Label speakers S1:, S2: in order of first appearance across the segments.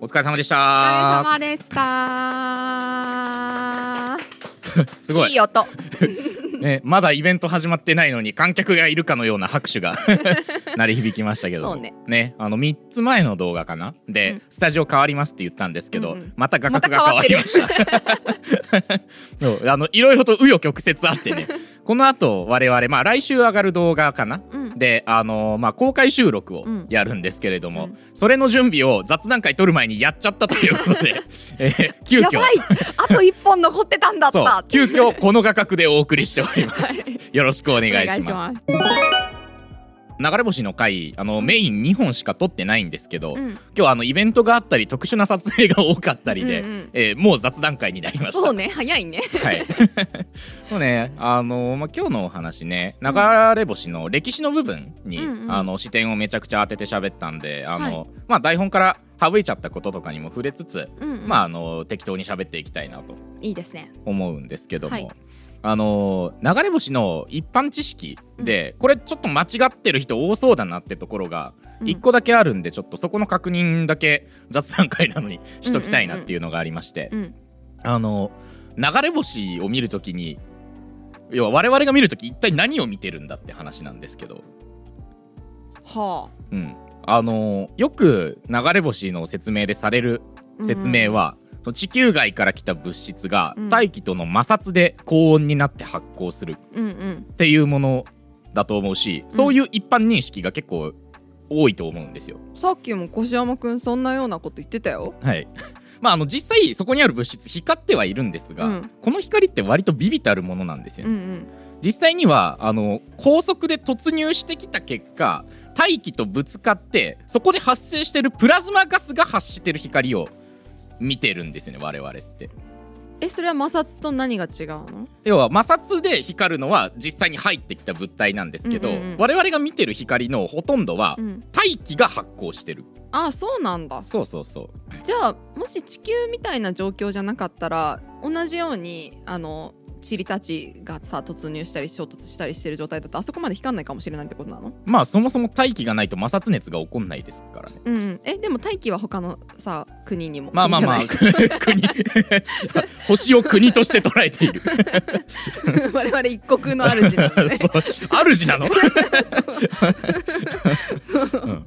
S1: お疲れ様でし
S2: お
S1: た
S2: 疲れ様でした。
S1: すごい
S2: いい音。
S1: ね、まだイベント始まってないのに観客がいるかのような拍手が 鳴り響きましたけど
S2: そうね
S1: あの3つ前の動画かなで、
S2: うん
S1: スタジオ変わりますって言ったんですけど、
S2: うんうん
S1: また画角が
S2: ま
S1: 変わ
S2: た変わっ
S1: り
S2: てる
S1: ました そうあのいろいろと紆余曲折あっ てねこの後我々、まあ、来週上がる動画かな
S2: うん。
S1: であのまあ、公開収録を
S2: うん
S1: やるんですけれども、
S2: うん
S1: それの準備を雑談会撮る前にやっちゃったということ で、えー急
S2: や
S1: 遽
S2: ばい。あと一本残ってたんだった。
S1: そう
S2: は
S1: 急遽この画角でお送りしております
S2: い
S1: よろしくお願
S2: お
S1: いします。
S2: す。
S1: 流れ星の回、あの、メイン2本しか撮ってないんですけど、
S2: うん
S1: 今日あの、イベントがあったり、特殊な撮影が多かったりで、
S2: うんうん
S1: えーもう雑談会になりました。
S2: そうね、早い ね。
S1: はい。そうね、あの、まあ、今日のお話ね、流れ星の歴史の部分に、
S2: うんうん
S1: あの、視点をめちゃくちゃ当てて喋ったんで、あの、
S2: は
S1: まあ、台本から省いちゃったこととかにも触れつつ、
S2: うんうん
S1: まあ、あの、適当に喋っていきたいなと
S2: いいですね。
S1: 思うんですけども、
S2: はい
S1: あのー流れ星の一般知識で、これちょっと間違ってる人多そうだなってところが
S2: うん
S1: 一個だけあるんで、ちょっとそこの確認だけ雑談会なのにしときたいなっていうのがありまして、
S2: うん。
S1: あのー流れ星を見るときに要は我々が見るとき一体何を見てるんだって話なんですけど、
S2: はあ。
S1: うん、あのーよく流れ星の説明でされる説明は、その地球外から来た物質が
S2: うん
S1: 大気との摩擦で高温になって発光するっ
S2: うんうん。
S1: ていうものだと思うし、
S2: ん
S1: そういう一般認識が結構多いと思うんですよ。
S2: さっきも越山くんそんなようなこと言ってたよ。
S1: はい、 まああの実際そこにある物質光ってはいるんですが、
S2: うん
S1: この光って割とビビたるものなんですよ
S2: う
S1: ね、
S2: ん
S1: 実際にはあの高速で突入してきた結果大気とぶつかってそこで発生してるプラズマガスが発してる光を見てるんですよね我々って。
S2: うん。え、それは摩擦と何が違うの？
S1: 要は摩擦で光るのは実際に入ってきた物体なんですけど、
S2: うんうんうん
S1: 我々が見てる光のほとんどは
S2: うん。
S1: 大気が発光してる
S2: ああ、そうなんだ。
S1: そうそうそう
S2: じゃあもし地球みたいな状況じゃなかったら同じようにあのチリたちがさ突入したり衝突したりしてる状態だとあそこまで光んないかもしれないってことなの
S1: まあそもそも大気がないと摩擦熱が起こんないですからね
S2: うん、うん、えでも大気は他のさ国にも
S1: まあまあまあ
S2: 国じ
S1: 国 星を国として捉えている
S2: ゃない 我々一国の主なんでね
S1: そう主なの、
S2: そう
S1: う
S2: そ
S1: ん
S2: う、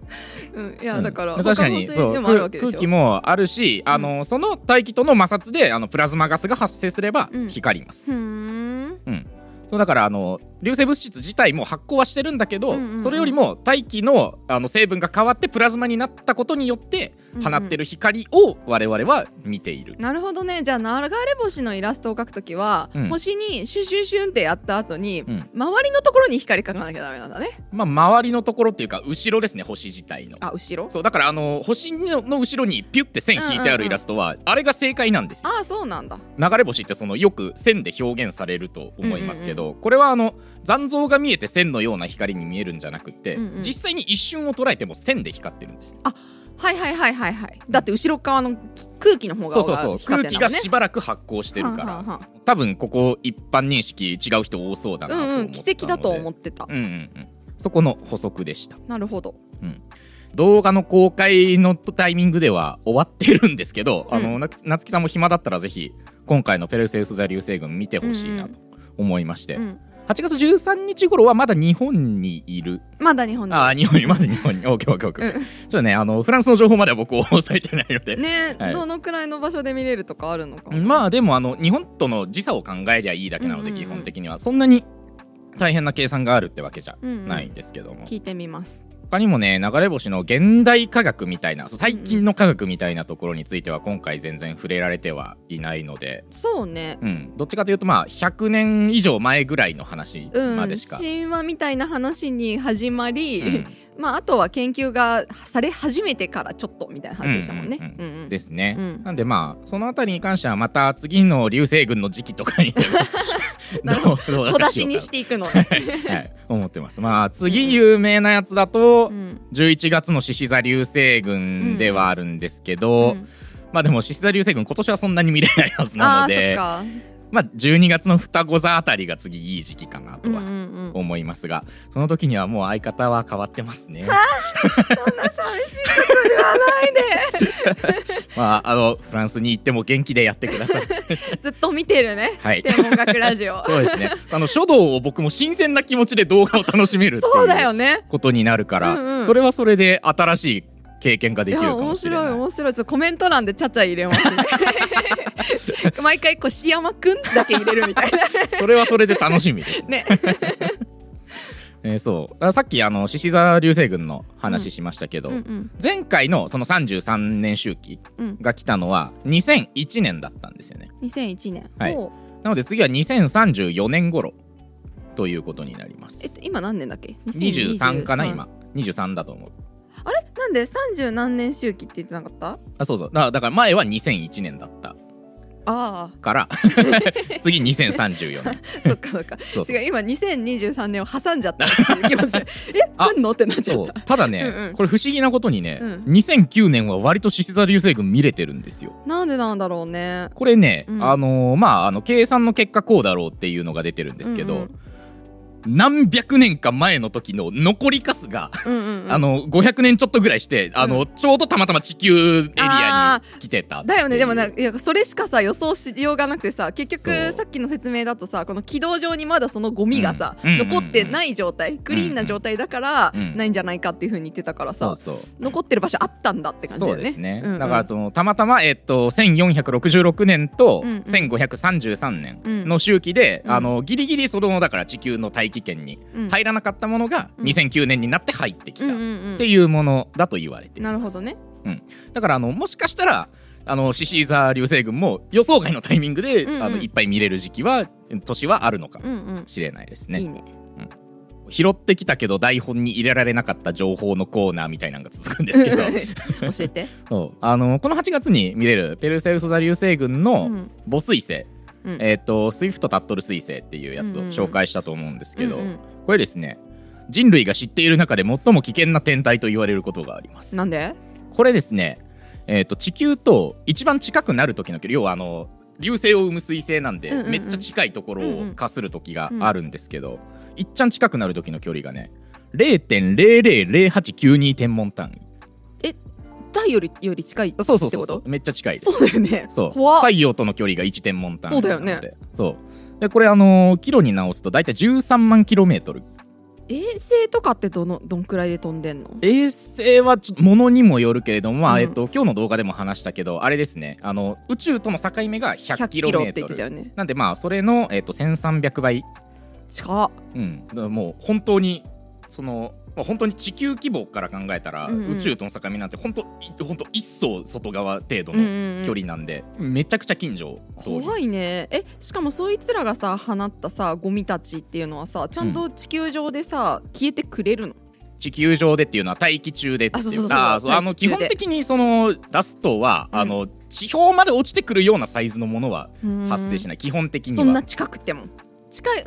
S2: うん、いやだから、
S1: うん確かに
S2: 他の
S1: そ
S2: 水
S1: う
S2: でもあるわけ
S1: 空
S2: でしょ
S1: 空気もあるし、あのその大気との摩擦であのプラズマガスが発生すれば
S2: うん
S1: 光ります、
S2: ふーん
S1: そうだからあの流星物質自体も発光はしてるんだけど、
S2: うんうんうん
S1: それよりも大気のあの成分が変わってプラズマになったことによって放って
S2: る、
S1: る光を我々は見ている
S2: う、んなるほどねじゃあ流れ星のイラストを描くときは、
S1: うん
S2: 星にシュシュシュンってやった後に、
S1: うん
S2: 周りのところに光描かなきゃダメなんだね
S1: まあ、周りのところっていうか後ろですね星自体の
S2: あ後ろ
S1: そうだからあの星のの後ろにピュッて線引いてあ
S2: うんうんう
S1: る
S2: ん
S1: イラストは、あれが正解なんですよ
S2: ああそうなんだ
S1: 流れ星ってそのよく線で表現されると思いますけど、これはあの残像が見えて線のような光に見えるんじゃなくて、
S2: うんうん
S1: 実際に一瞬を捉えても線で光ってるんですよ
S2: はいはいはいはいはいだって後ろ側の空気の方が
S1: そうそうそう
S2: 光
S1: 空
S2: って
S1: 気
S2: ん
S1: が
S2: だもんね
S1: しばらく発光してるから
S2: はんはんは
S1: 多分ここ一般認識違う人多そうだなと
S2: ん
S1: 思ったの
S2: うんうん
S1: で
S2: 奇跡だと思ってた、
S1: うんうんうんそこの補足でした
S2: なるほど
S1: 動画の公開のタイミングでは終わってるんですけど、あの
S2: うん
S1: ななつきさんも暇だったらぜひ今回の「ペルセウス座流星群」見てほしいなと思いまして、
S2: うん
S1: 8月13日頃はまだ日本にいる
S2: まだ日本に
S1: ああ日本にまだ日本に OKOKOK ちょっとねあのフランスの情報までは僕 押さえてないので、
S2: ね、
S1: はい
S2: どのくらいの場所で見れるとかあるのか
S1: ま
S2: あ
S1: あでもあの日本との時差を考えりゃいいだけなので、
S2: うんうんうん
S1: 基本的にはそんなに大変な計算があるってわけじゃな
S2: ない
S1: んですけども、
S2: 聞いてみます
S1: 他にもね流れ星の現代科学みたいなそう最近の科学みたいなところについては今回全然触れられてはいないので、
S2: そうね
S1: うん、どっちかというとまあ100年以上前ぐらいの話
S2: うん、
S1: までしか。
S2: 神話みたいな話に始まり、
S1: うん
S2: まああとは研究がされ始めてからちょっとみたいな話でしたもんね。
S1: うんうん
S2: うんうん
S1: ですね、
S2: うん
S1: なんでまあそのあたりに関してはまた次の流星群の時期とかに
S2: なるほ
S1: どう
S2: 小出しにしていくの ね。
S1: はい、思ってます。まあ次有名なやつだと、
S2: うん
S1: 11月の獅子座流星群ではあるんですけど、
S2: うん
S1: まあでも獅子座流星群今年はそんなに見れないはずなので
S2: あーそっ
S1: まあ12月の双子座あたりが次いい時期かな
S2: か。う
S1: と
S2: んう
S1: は
S2: ん うん。
S1: 思いますが、その時にはもう相方は変わってますね。
S2: そんな寂しいこと言わない
S1: まああのフランスに行っても元気でやってく ださい
S2: ずっと見て るね
S1: はい
S2: 天文学ラ ジオ
S1: そうですねあの書道を僕も新鮮な気持ちで動画を楽しめるって
S2: そうだ
S1: いう
S2: よね
S1: ことになるから、
S2: うんうん
S1: それはそれで新しい経験が
S2: い
S1: できるか
S2: や
S1: も
S2: 面
S1: しれない
S2: 白い面白いちょっとコメント欄でちゃちゃ入 れますね毎回こう「しやまくん」だ け入れるみたいな
S1: それはそれで楽しみです
S2: ね
S1: えーそうあさっきあの獅子座流星群の話しましたけど、
S2: うんうん
S1: 前回のその33年周期
S2: うん
S1: が来たのは2001年だったんですよね
S2: 2001年、
S1: はい
S2: もう
S1: なので次は2034年頃ということになりま
S2: えっ
S1: す
S2: と今何年だっけ
S1: 23かな今23だと思う
S2: あれなんで30何年周期って言ってなかった
S1: あそうそうだだから前は2001年だった
S2: あ
S1: から 次2034年
S2: あそっかそっか
S1: そうそう
S2: 違う今2023年を挟んじゃったっていう気持 ちえ
S1: あ
S2: 来んのって なっちゃ
S1: そ
S2: っ
S1: う
S2: た
S1: ただね
S2: うんうん
S1: これ不思議なことにね、
S2: うん
S1: 2009年は割と獅子座流星群見れてるんですよ
S2: なんでなんだろうね
S1: これね、
S2: うん
S1: あのーまああの計算の結果こうだろうっていうのが出てるんですけど、
S2: うん
S1: 何百年か前の時の残りカスが、
S2: うんうんうん
S1: あの500年ちょっとぐらいしてあの、
S2: う
S1: ちょうどたまたま地球エリア
S2: あ
S1: に来てたっていう
S2: だよねでもないやそれしかさ予想しようがなくてさ結
S1: そう
S2: 局さっきの説明だとさこの軌道上にまだそのゴミがさ、
S1: うんうんうんうん
S2: 残ってない状態クリーンな状態だから、
S1: うん
S2: ないんじゃないかっていうふうに言ってたからさ、
S1: そうそう
S2: 残ってる場所あったんだって感じ
S1: そ
S2: だよ
S1: う
S2: ね
S1: ですね、
S2: うんうん
S1: だからそのたまたま、えっと、1466年と
S2: うんうん
S1: 1533年
S2: うん
S1: の周期で、
S2: うん
S1: あのギリギリそのだから地球の大気圏に
S2: うん
S1: 入らなかったものが
S2: うん
S1: 2009年になって入ってき
S2: うん
S1: た
S2: う
S1: っ
S2: んうん
S1: ていうものだと言われています
S2: なるほどね
S1: だからあのもしかしたらあの獅子座流星群も予想外のタイミングで、
S2: うんうん
S1: あのいっぱい見れる時期は年はあるのか
S2: うんうん
S1: もしれないです
S2: いい
S1: ね。
S2: ね
S1: 拾ってきたけど台本に入れられなかった情報のコーナーみたいなのが続くんですけど
S2: 教えて、
S1: そうあのこの8月に見れるペルセウス座流星群
S2: う
S1: の
S2: ん
S1: 母彗星、
S2: うん
S1: えっ、とスイフトタットル彗星っていうやつを紹介したと思うんですけど、
S2: うんうん
S1: これですね人類が知っている中で最も危険な天体と言われることがあります。
S2: なんで
S1: これですね、えー、と地球と一番近くなる時の距離要はあの流星を生む彗星なんで、
S2: うんうんうん
S1: めっちゃ近いところ
S2: うんう
S1: を
S2: ん
S1: かする時があるんですけど、いっちゃん近くなる時の距離がね0.000892天文単
S2: 太陽よりより近い
S1: 位そうそう
S2: って
S1: そ
S2: こ
S1: う
S2: と
S1: そうめっちゃ近いです
S2: そうだよね
S1: そう
S2: 怖っ
S1: 太陽との距離が1天文単位
S2: そうだよね
S1: なのでそうでこれあのーキロに直すと大体13万キロメートル
S2: 衛星とかってどのどんくらいで飛んでんの
S1: 衛星はちょものにもよるけれども、まあ
S2: うん
S1: えっと今日の動画でも話したけどあれですねあの宇宙との境目が100キロメ
S2: っ
S1: ー
S2: て言
S1: ト
S2: って
S1: ル
S2: たよね
S1: なんでまあそれの、えっと1300倍、
S2: 近っ
S1: うん、だからもう本当にその、まあ、本当に地球規模から考えたら、
S2: うんうん
S1: 宇宙との境目なんて本当い本当一層外側程度
S2: うん
S1: の
S2: うんうん
S1: 距離なんで、めちゃくちゃ近所通り
S2: 怖いねえしかもそいつらがさ放ったさゴミたちっていうのはさちゃんと地球上でさ、消えてくれるの
S1: 地球上でっていうのは大気中でってい
S2: あそうそう
S1: う
S2: そう
S1: あーそうあの
S2: 大
S1: 基
S2: 気中
S1: 本
S2: で
S1: 的にそのダストは、
S2: うん
S1: あの地表まで落ちてくるようなサイズのものは発生し
S2: な
S1: ない、基本的に
S2: そん
S1: は
S2: な近くても近い遠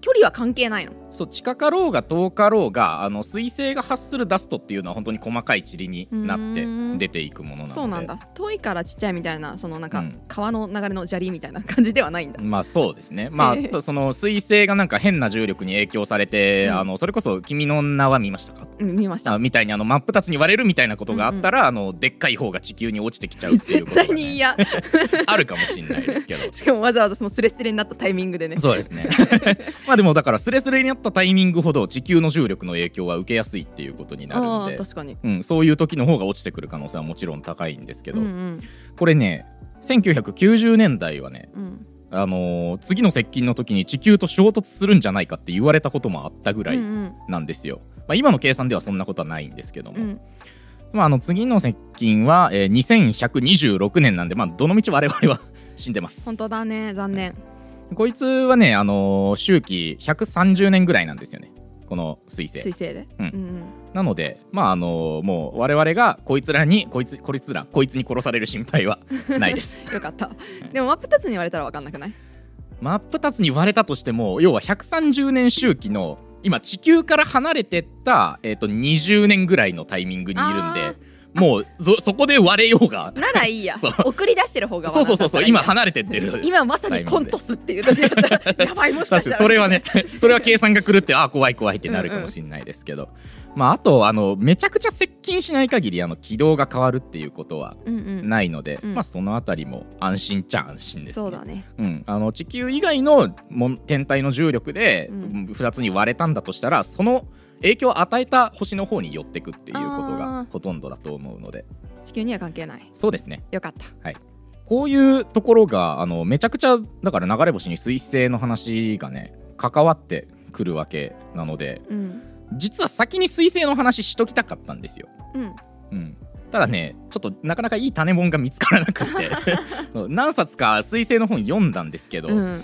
S2: 距離は関係ないの
S1: そう近かろうが遠かろうがあの水星が発するダストっていうのは本当に細かい塵になって
S2: うん
S1: 出ていくものなので
S2: そうなんだ遠いからちっちゃいみたいなそのな
S1: う
S2: んか
S1: ん
S2: 川の流れの砂利みたいな感じではないんだ、
S1: まあそうです ねまあ
S2: へえ
S1: とその水星がなんか変な重力に影響されて、
S2: うん
S1: あのそれこそ「君の名は見ましたか?
S2: うん見まし」た
S1: あみたいにあの真っ二つに割れるみたいなことがあったら、あのでっかい方が地球に落ちてきちゃうっていうこ
S2: 絶
S1: とが、
S2: 対
S1: ね、
S2: に嫌
S1: あるかもしれないですけ ど
S2: しかもわざわざそのスレスレになったタイミングでね
S1: そうですね まあでもだからスレスレになったタイミングほど地球の重力の影響は受けやすいっていうことにな
S2: あ
S1: るん
S2: あ
S1: で
S2: 確かに
S1: うん、そういう時の方が落ちてくる可能性はもちろん高いんですけど、
S2: うんうん
S1: これね1990年代はね、
S2: うん
S1: あのー次の接近の時に地球と衝突するんじゃないかって言われたこともあったぐらい
S2: うんうん
S1: なんですよ、まあ、今の計算ではそんなことはないんですけども、
S2: うん
S1: まあ、あの次の接近は、えー2126年なんで、まあ、どの道我々は 死んでます
S2: 本当だね残念
S1: こいつはね、あのー周期130年ぐらいなんですよねこの彗星
S2: 彗星で、
S1: うん
S2: ん
S1: なので、まああのもう我々がこいつらにこいつこいつらこいつに殺される心配 はないです。
S2: よかったでも真っ二つに言われたら分かんなくない
S1: 真っ二つに割れたとしても要は130年周期の今地球から離れてった、えっと20年ぐらいのタイミングにいるん
S2: あ
S1: でもうそそこで割れようが
S2: ならいいや
S1: そう
S2: 送り出してる方が
S1: そうそうそうそう今
S2: 話
S1: 離れてってる
S2: 今まさにコントスっていう時だった らやばいもしかし
S1: 確
S2: た
S1: からにそれはねそれは計算が狂ってあー怖い怖いってなるかもしれないですけど、まああとあのめちゃくちゃ接近しない限りあの軌道が変わるっていうことは
S2: うんうん
S1: ないので、
S2: うん
S1: まあそのあたりも安心っちゃ安心ですね。
S2: そうだね
S1: うん、あの地球以外のもん天体の重力で
S2: うん
S1: 2つに割れたんだとしたら、その影響を与えた星の方に寄ってくっていうこと
S2: あ
S1: が
S2: ー
S1: ほとんどだと思うので
S2: 地球には関係ない
S1: そうですね
S2: よかった
S1: こういうところがあのめちゃくちゃだから流れ星に彗星の話がね関わってくるわけなので
S2: うん
S1: 実は先に彗星の話しときたかったんですよ。
S2: うん
S1: うん、ただねちょっとなかなかいい種もんが見つからなくて そう何冊か彗星の本読んだんですけど、
S2: うん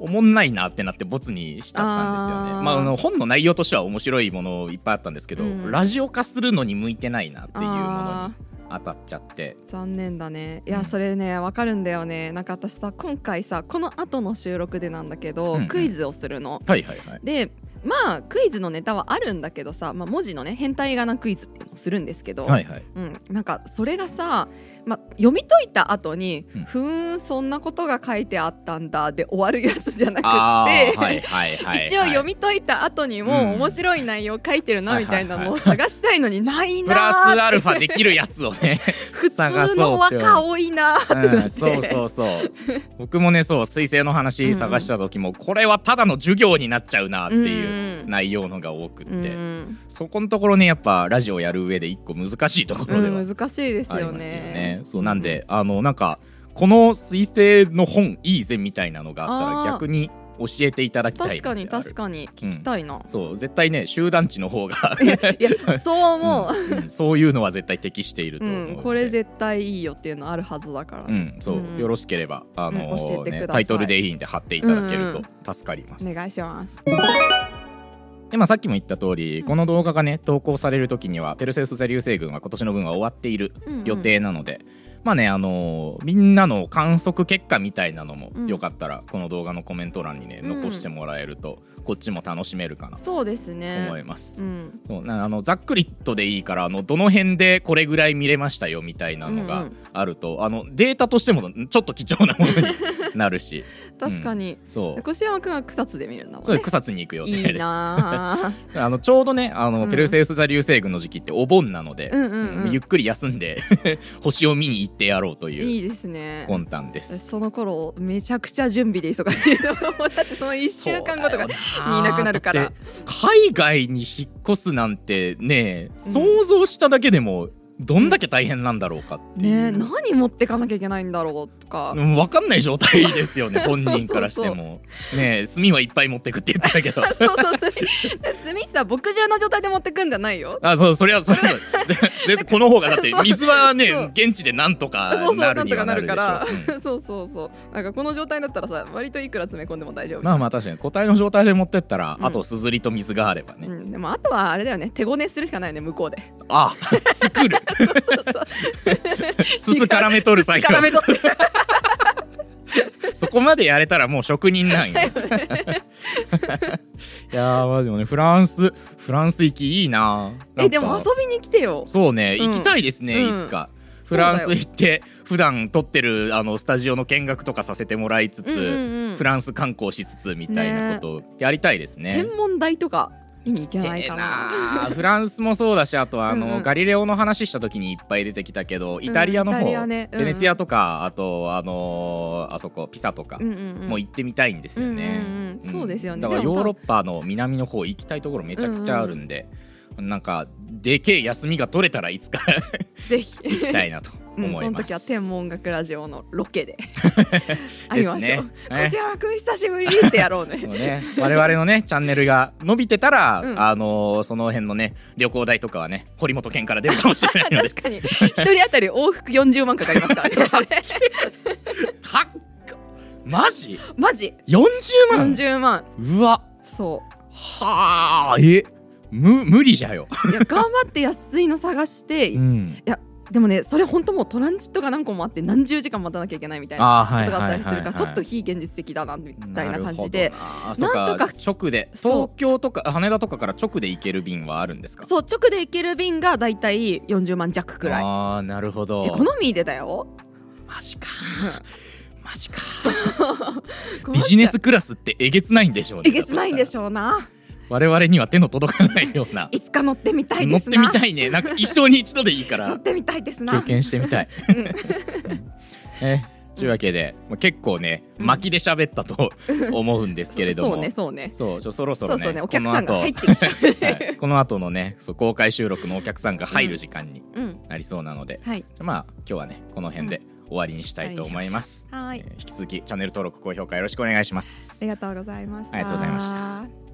S1: おもんないなってなってボツにしちゃったんですよね
S2: あー
S1: まあ、あの本の内容としては面白いものいっぱいあったんですけど、
S2: うん
S1: ラジオ化するのに向いてないなっていうもの
S2: あ
S1: に当たっちゃって
S2: ー残念だねいうや
S1: ん
S2: それねわかるんだよねなんか私さ今回さこの後の収録でなんだけど、
S1: うんうん
S2: クイズをするの
S1: はいはいはい
S2: でまあクイズのネタはあるんだけどさ、まあ、文字のね変態仮名クイズっていうのをするんですけど、
S1: はいはい
S2: うん、なんかそれがさ、まあ、読み解いた後に「
S1: うん
S2: ふーんそんなことが書いてあったんだ」で終わるやつじゃなくって、
S1: あーはいはいはいはい
S2: 一応読み解いた後にも、
S1: うん
S2: 面白い内容書いてるな
S1: はい
S2: み
S1: は
S2: た
S1: い
S2: い
S1: は
S2: ないのを探したいのにない
S1: プラス
S2: なー
S1: アルファできるやつをね、
S2: 普
S1: 探
S2: 通
S1: そう
S2: の
S1: って
S2: 若多いなーって
S1: う
S2: な
S1: ん、
S2: って
S1: そうそう そう僕もねそう彗星の話探した時も、これはただの授業になっちゃうなっていう
S2: うん
S1: 内容のが多くって、
S2: うん
S1: そこのところねやっぱラジオやる上で一個難しいところでは
S2: うん難しいです
S1: あり
S2: よ
S1: ますよ
S2: ね
S1: ね。。そうなんで、あのなんかこの彗星の本いいぜみたいなのがあった
S2: あ
S1: ら
S2: ー
S1: 逆に教えていただきたい
S2: 確かに確
S1: か
S2: かに聞きたいな。
S1: そう絶対ね集団地の方が
S2: いやいやそう思う。
S1: うんうんそういうのは絶対適していると
S2: う
S1: 思うので、
S2: ん、これ絶対いいよっていうのあるはずだから。
S1: うんそう、
S2: うん
S1: よろしければあのー
S2: うん教えてください
S1: ね、タイトルでいいんで貼っていただけ
S2: うんう
S1: る
S2: ん
S1: と助かります、
S2: お願いします。
S1: でまあ、さっきも言った通り、
S2: うん
S1: この動画がね投稿される時にはペルセウス座流星群は今年の分は終わっている
S2: うんうん
S1: 予定なので、まあねあのーみんなの観測結果みたいなのも、
S2: うん
S1: よかったらこの動画のコメント欄にね
S2: うん
S1: 残してもらえると、こっちも楽しめるかなと
S2: そうですね。
S1: 思います、
S2: うん。
S1: そうなあのざっくりとでいいからあのどの辺でこれぐらい見れましたよみたいなの
S2: うん
S1: が
S2: うん
S1: あると、あのデータとしてもちょっと貴重なものになる し
S2: 確かに。
S1: そう
S2: 越山くんは草津で見るんだも
S1: そ
S2: ん
S1: れ
S2: ね。
S1: 草津に行く予定
S2: い
S1: で
S2: い
S1: す。
S2: なー。
S1: あのちょうどねあの、
S2: うん
S1: ペルセウス座流星群の時期ってお盆なので、
S2: うんうんうん
S1: うんゆっくり休んで 星を見に行ってやろうという
S2: いいですね。
S1: 魂胆です。
S2: その頃めちゃくちゃ準備で忙しい と思う。だってその一週間後とかにいなくなるから。
S1: だって海外に引っ越すなんてね想像しただけでもどんだけ大変なんだろうかってい
S2: ね
S1: う、
S2: 何持ってかなきゃいけないんだろうとか、
S1: うん分かんない状態ですよね本人からしてもね炭はいっぱい持ってくって言ってたけど
S2: そうそう炭炭さ牧場の状態で持ってくんじゃないよ
S1: あそうそれはそれはそうぜぜこの方がだって水はね
S2: そう
S1: 現地でなんとか
S2: そうそう
S1: な
S2: な
S1: る
S2: ん
S1: に
S2: とか
S1: は
S2: な
S1: な
S2: る
S1: るで
S2: か
S1: し
S2: ら
S1: ょう、うん
S2: そうそうそうなんかこの状態だったらさ割といくら詰め込んでも大丈夫じ
S1: ま
S2: ゃ
S1: あ
S2: ん
S1: まあ確かに個体の状態で持ってったら、
S2: うん
S1: あとすずりと水があればね、
S2: うん、でもあとはあれだよね手ごねするしかないよね向こうで
S1: あ作る
S2: そうそうそう
S1: すすからめとる作業
S2: 絡めとって
S1: そこまでやれたらもう職人なんよ いやーまあでもねフランスフランス行きいいななん
S2: え
S1: か
S2: でも遊びに来てよ
S1: そうね
S2: うん
S1: 行きたいですね、
S2: う
S1: い
S2: ん
S1: つかフ
S2: そうだ
S1: ラ
S2: よ
S1: ンス行って普段撮ってるあのスタジオの見学とかさせてもらいつつ、
S2: うんうんうん
S1: フランス観光しつつみたいなことをやりたいですね。
S2: 天文台とか見に行けないかな
S1: ええなフランスもそうだしあとはあの
S2: うんうん
S1: ガリレオの話した時にいっぱい出てきたけどイタリアの
S2: イタ
S1: 方、
S2: リアねうん
S1: ベネツィアとかあとあのーあそこピサとか
S2: うんうんうん
S1: もう行ってみたいんですよね。
S2: うんうんうんそうですよね
S1: だから
S2: でも
S1: ヨーロッパの南の方行きたいところめちゃくちゃあるんで、なんかでけえ休みが取れたらいつか
S2: ぜひ
S1: 行きたいなと
S2: う
S1: 思い
S2: ん、
S1: ます。
S2: その時は天文学ラジオのロ ケで会
S1: で
S2: い
S1: す
S2: まし
S1: ね
S2: ょう。小島君久しぶりってやろうね
S1: そう。ね、我々のねチャンネルが伸びてたら、
S2: うん
S1: あのーその辺のね旅行代とかはね堀本県から出るかもしれないので
S2: 確かに一人当たり往復40万かかりま すからね
S1: はっマジ
S2: マジ
S1: ?40 万
S2: 40万
S1: うわ
S2: そ
S1: はあえむ無理じゃよ、
S2: ういや頑張って安いの探して、
S1: う
S2: い
S1: ん、
S2: やで もねそれ本当もうトランジットが何個もあって何十時間待たなきゃいけないみたいな
S1: あーは
S2: ことがあったりするからちょっと
S1: い
S2: 非現実的だなみたい
S1: な
S2: な
S1: るほ
S2: 感
S1: ど
S2: じで
S1: あーそっか
S2: なんとか
S1: 直で
S2: そう
S1: 東京とか羽田とかから直で行ける便はあるんですか
S2: そう直で行ける便がだいたい40万弱くらい
S1: ああなるほど
S2: エコノミーでだよ
S1: マジ かマジかビジネスクラスってえげつないんでしょうね
S2: えげつないんでし
S1: ょ
S2: ょうな
S1: 我々には手の届かないようない
S2: つか乗ってみたい
S1: 乗
S2: で
S1: っ
S2: す
S1: て
S2: な
S1: みたいねなんか一生に一度でいいか
S2: 乗っ
S1: ら
S2: てみたいです
S1: 経
S2: な
S1: 験してみたい
S2: うん
S1: えというわけで、まあ、結構ね
S2: うん
S1: 巻きで喋ったと思うんですけれども、
S2: そうねそうね
S1: そうちょそろそろね
S2: そうそうねお
S1: こ
S2: 客
S1: の
S2: さん
S1: 後
S2: が入ってき た
S1: はい、この後のねそう公開収録のお客さんが入る時間に
S2: うん
S1: なりそうなので、
S2: はい
S1: まあ今日はねこの辺で終わりにしたいと思います、
S2: はい
S1: えー引き続きチャンネル登録高評価よろしくお願いしま
S2: あ
S1: す
S2: りがとうございました
S1: ありがとうございました